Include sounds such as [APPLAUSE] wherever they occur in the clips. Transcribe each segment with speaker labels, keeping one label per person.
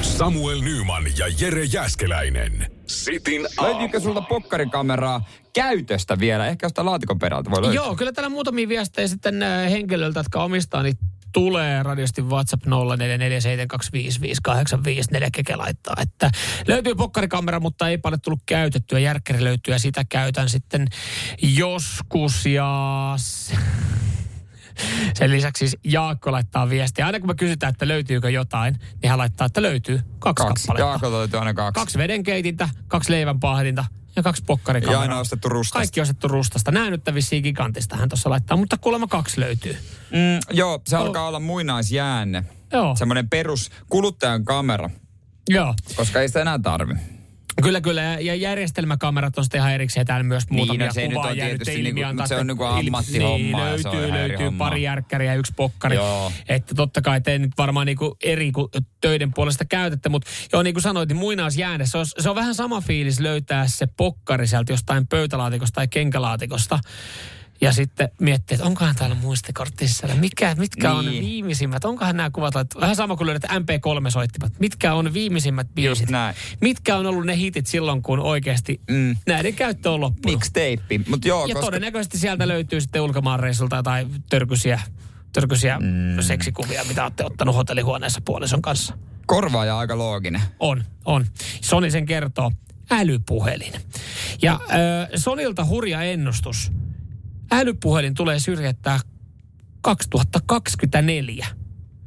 Speaker 1: Samuel Nyman ja Jere Jäskeläinen. Sitin aamu.
Speaker 2: Löytyykö sulta pokkarikameraa käytöstä vielä? Ehkä jostain laatikon perältä voi löytää.
Speaker 3: Joo, kyllä täällä muutamia viestejä sitten äh, henkilöiltä, jotka omistaa, niin tulee radiosti WhatsApp 0447255854, keke laittaa, että löytyy pokkarikamera, mutta ei paljon tullut käytettyä, järkkäri löytyy ja sitä käytän sitten joskus ja s- [LAUGHS] sen lisäksi siis Jaakko laittaa viestiä. Aina kun me kysytään, että löytyykö jotain, niin hän laittaa, että löytyy kaksi,
Speaker 2: Kaksi.
Speaker 3: kappaletta.
Speaker 2: Jaakolta löytyy aina kaksi.
Speaker 3: Kaksi vedenkeitintä, kaksi leivänpahdinta ja kaksi
Speaker 2: Ja
Speaker 3: pokkarikameraa.
Speaker 2: aina ostettu rustasta.
Speaker 3: Kaikki ostettu rustasta. Näin nyt vissiin gigantista hän tuossa laittaa, mutta kuulemma kaksi löytyy.
Speaker 2: Mm, joo, se alkaa olla muinaisjäänne.
Speaker 3: Joo.
Speaker 2: Semmoinen perus kuluttajan kamera,
Speaker 3: Joo.
Speaker 2: koska ei sitä enää tarvi.
Speaker 3: Kyllä, kyllä. Ja- Ja järjestelmäkamerat on sitten ihan erikseen. Täällä myös muutamia
Speaker 2: no se nyt
Speaker 3: kuvaa
Speaker 2: on
Speaker 3: jäänyt
Speaker 2: tietysti
Speaker 3: ilmi
Speaker 2: niinku-
Speaker 3: antaa,
Speaker 2: mutta se on
Speaker 3: että
Speaker 2: niinku
Speaker 3: il-
Speaker 2: ammattihommaa
Speaker 3: Niin,
Speaker 2: ja se on
Speaker 3: löytyy,
Speaker 2: ihan eri
Speaker 3: löytyy
Speaker 2: hommaa.
Speaker 3: pari järkkäriä ja yksi pokkari.
Speaker 2: Joo.
Speaker 3: Että totta kai te nyt varmaan niinku eri kuin töiden puolesta käytätte, mutta joo niin kuin sanoit, niin muinaisjääne. Se on, se on vähän sama fiilis löytää se pokkari sieltä jostain pöytälaatikosta tai kenkälaatikosta. Ja sitten miettii, että onkohan täällä muistikortti sisällä. Mikä, mitkä niin. on
Speaker 2: Niin.
Speaker 3: viimeisimmät? Onkohan nämä kuvat laittu? Vähän sama kuin löydät MP3-soittimat. Mitkä on viimeisimmät biisit?
Speaker 2: näin.
Speaker 3: mitkä on ollut ne hitit silloin, kun oikeasti
Speaker 2: Mm.
Speaker 3: mm. näiden käyttö on loppunut.
Speaker 2: Miksi teippi? Mutta joo,
Speaker 3: Ja
Speaker 2: koska...
Speaker 3: todennäköisesti sieltä löytyy sitten ulkomaanreissulta tai törkysiä, törkysiä mm. seksikuvia, mitä olette ottanut hotellihuoneessa puolison kanssa.
Speaker 2: korvaaja aika looginen.
Speaker 3: On, on. Sony sen kertoo. Älypuhelin. Ja äh, Sonilta hurja ennustus. Älypuhelin tulee syrjättää 2024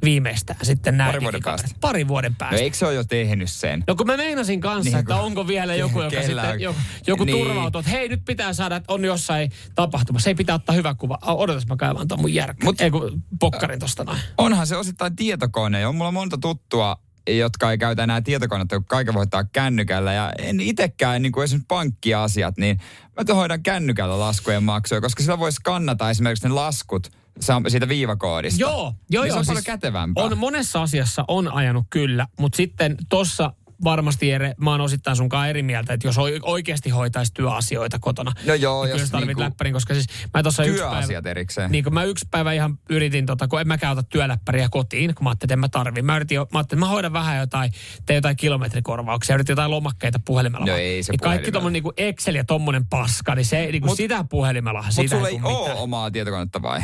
Speaker 3: viimeistään sitten näin.
Speaker 2: Parin vuoden
Speaker 3: digikamarat.
Speaker 2: päästä.
Speaker 3: Parin vuoden päästä.
Speaker 2: No eikö se ole jo tehnyt sen?
Speaker 3: No kun mä meinasin kanssa,
Speaker 2: Niin
Speaker 3: niin, että
Speaker 2: kun-
Speaker 3: onko vielä joku, joka
Speaker 2: Kellä on-
Speaker 3: sitten, joku, joku
Speaker 2: Niin.
Speaker 3: niin. turvautuu, että hei nyt pitää saada, että on jossain tapahtumassa. Ei pitää ottaa hyvä kuva. Ah, Odotas mä kaivan ton mun järkkä.
Speaker 2: Mut-
Speaker 3: Mut, ei kun pokkarin tosta noin.
Speaker 2: Onhan se osittain tietokone. On mulla monta tuttua, jotka ei käytä enää tietokonetta, kun kaiken voittaa kännykällä. Ja en itsekään, niin kuin esimerkiksi pankkiasiat, niin mä te hoidan kännykällä laskujen maksuja, koska sillä voisi kannata esimerkiksi ne laskut sa- siitä viivakoodista.
Speaker 3: Joo, joo,
Speaker 2: Niin
Speaker 3: joo. siis
Speaker 2: Se on paljon kätevämpää.
Speaker 3: On monessa asiassa on ajanut kyllä, mutta sitten tossa varmasti Jere, mä oon osittain sunkaan eri mieltä, että jos oi- oikeasti hoitaisi työasioita kotona,
Speaker 2: No joo,
Speaker 3: niin
Speaker 2: jos
Speaker 3: kyllä sä tarvit
Speaker 2: niinku-
Speaker 3: läppärin, koska siis mä tossa yksi päivä,
Speaker 2: Työasiat erikseen.
Speaker 3: Niin kun mä yksi päivä ihan yritin, tota, kun en mäkään ota työläppäriä kotiin, kun mä ajattelin, että en mä tarvii. Mä, yritin, jo- mä ajattelin, että mä hoidan vähän jotain, teen jotain kilometrikorvauksia, yritin jotain lomakkeita puhelimella.
Speaker 2: No ei se
Speaker 3: niin kaikki
Speaker 2: puhelimella.
Speaker 3: tommonen niinku Excel ja tommonen paska, niin se niinku
Speaker 2: Mut-
Speaker 3: sitä puhelimella.
Speaker 2: Mutta
Speaker 3: siitä
Speaker 2: sulla ei
Speaker 3: tule
Speaker 2: ole
Speaker 3: mitään.
Speaker 2: omaa tietokonetta vai?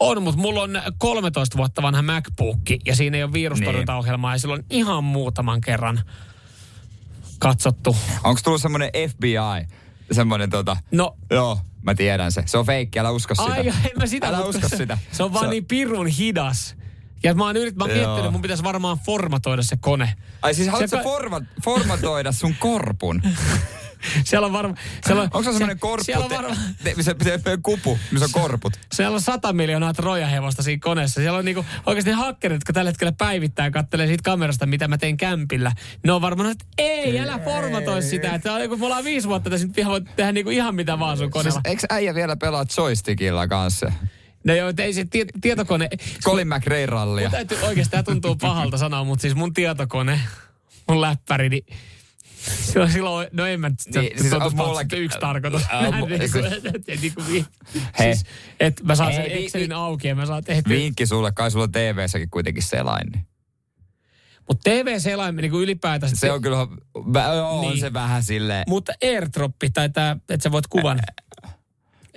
Speaker 3: On, mutta mulla on 13 vuotta vanha MacBook ja siinä ei ole virustorjuntaohjelmaa ja silloin ihan muutaman kerran katsottu.
Speaker 2: Onko tullut semmoinen FBI? Semmoinen tota...
Speaker 3: No,
Speaker 2: Joo, mä tiedän se. Se on feikki, älä usko sitä.
Speaker 3: ai, en mä sitä,
Speaker 2: Älä
Speaker 3: mutta
Speaker 2: usko
Speaker 3: se,
Speaker 2: sitä.
Speaker 3: Se on vaan
Speaker 2: Se on-
Speaker 3: niin pirun hidas. Ja mä oon, yrit, mä oon
Speaker 2: Joo.
Speaker 3: miettinyt, mun pitäisi varmaan formatoida se kone.
Speaker 2: Ai siis haluatko
Speaker 3: Se
Speaker 2: sä
Speaker 3: kai-
Speaker 2: forma, formatoida sun korpun?
Speaker 3: [LAUGHS] Siellä on varmaan... Siellä on,
Speaker 2: Onko se semmoinen korppu?
Speaker 3: Siellä on
Speaker 2: te-
Speaker 3: varmaan...
Speaker 2: te- se, se, se, kupu, missä on korput.
Speaker 3: Siellä on 100 miljoonaa trojahevosta siinä koneessa. Siellä on niinku oikeasti ne hakkerit, jotka tällä hetkellä päivittäin kattelee siitä kamerasta, mitä mä teen kämpillä. Ne on varmaan, että ei, älä formatoi sitä. Että on, niinku- me ollaan viisi vuotta tässä, nyt ihan voit tehdä niinku ihan mitä vaan sun
Speaker 2: Siis,
Speaker 3: koneella.
Speaker 2: eikö äijä vielä pelaa joystickilla kanssa?
Speaker 3: No joo, et ei se tie, tietokone...
Speaker 2: Colin McRae rallia.
Speaker 3: Mun täytyy, oikeasti tämä tuntuu pahalta sanoa, mutta siis mun tietokone, mun läppäri, niin silloin, silloin no en mä
Speaker 2: Niin,
Speaker 3: niin,
Speaker 2: siis
Speaker 3: siis
Speaker 2: on
Speaker 3: mullakin,
Speaker 2: mullakin-
Speaker 3: yksi tarkoitus.
Speaker 2: Ää,
Speaker 3: Näin
Speaker 2: mu-
Speaker 3: niinku,
Speaker 2: siis-
Speaker 3: [LAUGHS] et- et niinku vi-
Speaker 2: Hei.
Speaker 3: Siis, että mä saan sen
Speaker 2: Ei, vi- vi-
Speaker 3: Excelin auki ja mä saan tehtyä
Speaker 2: Vinkki sulle, kai sulla on TV-säkin kuitenkin selain. niin.
Speaker 3: Mutta TV-selain niin kuin ylipäätänsä.
Speaker 2: Se on kyllä, vä- joo, on
Speaker 3: Niin.
Speaker 2: se vähän silleen.
Speaker 3: Mutta airdrop tai tämä, että sä voit kuvan.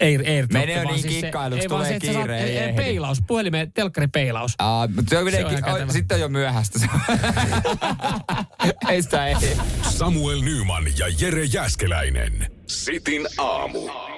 Speaker 3: Air, airdrop.
Speaker 2: Mene jo
Speaker 3: vaan siis
Speaker 2: niin
Speaker 3: se-
Speaker 2: kikkailuksi,
Speaker 3: ei vaan
Speaker 2: tulee
Speaker 3: se, että sä saat-
Speaker 2: kiire,
Speaker 3: ei-
Speaker 2: ei
Speaker 3: ei,
Speaker 2: ehdi.
Speaker 3: Peilaus, puhelimeen telkkari peilaus.
Speaker 2: Aa, mutta se on kuitenkin,
Speaker 3: ihan
Speaker 2: on,
Speaker 3: kätevä.
Speaker 2: sitten on jo myöhäistä. [LAUGHS] ei sitä ei.
Speaker 1: Samuel Nyman ja Jere Jäskeläinen. Sitin aamu.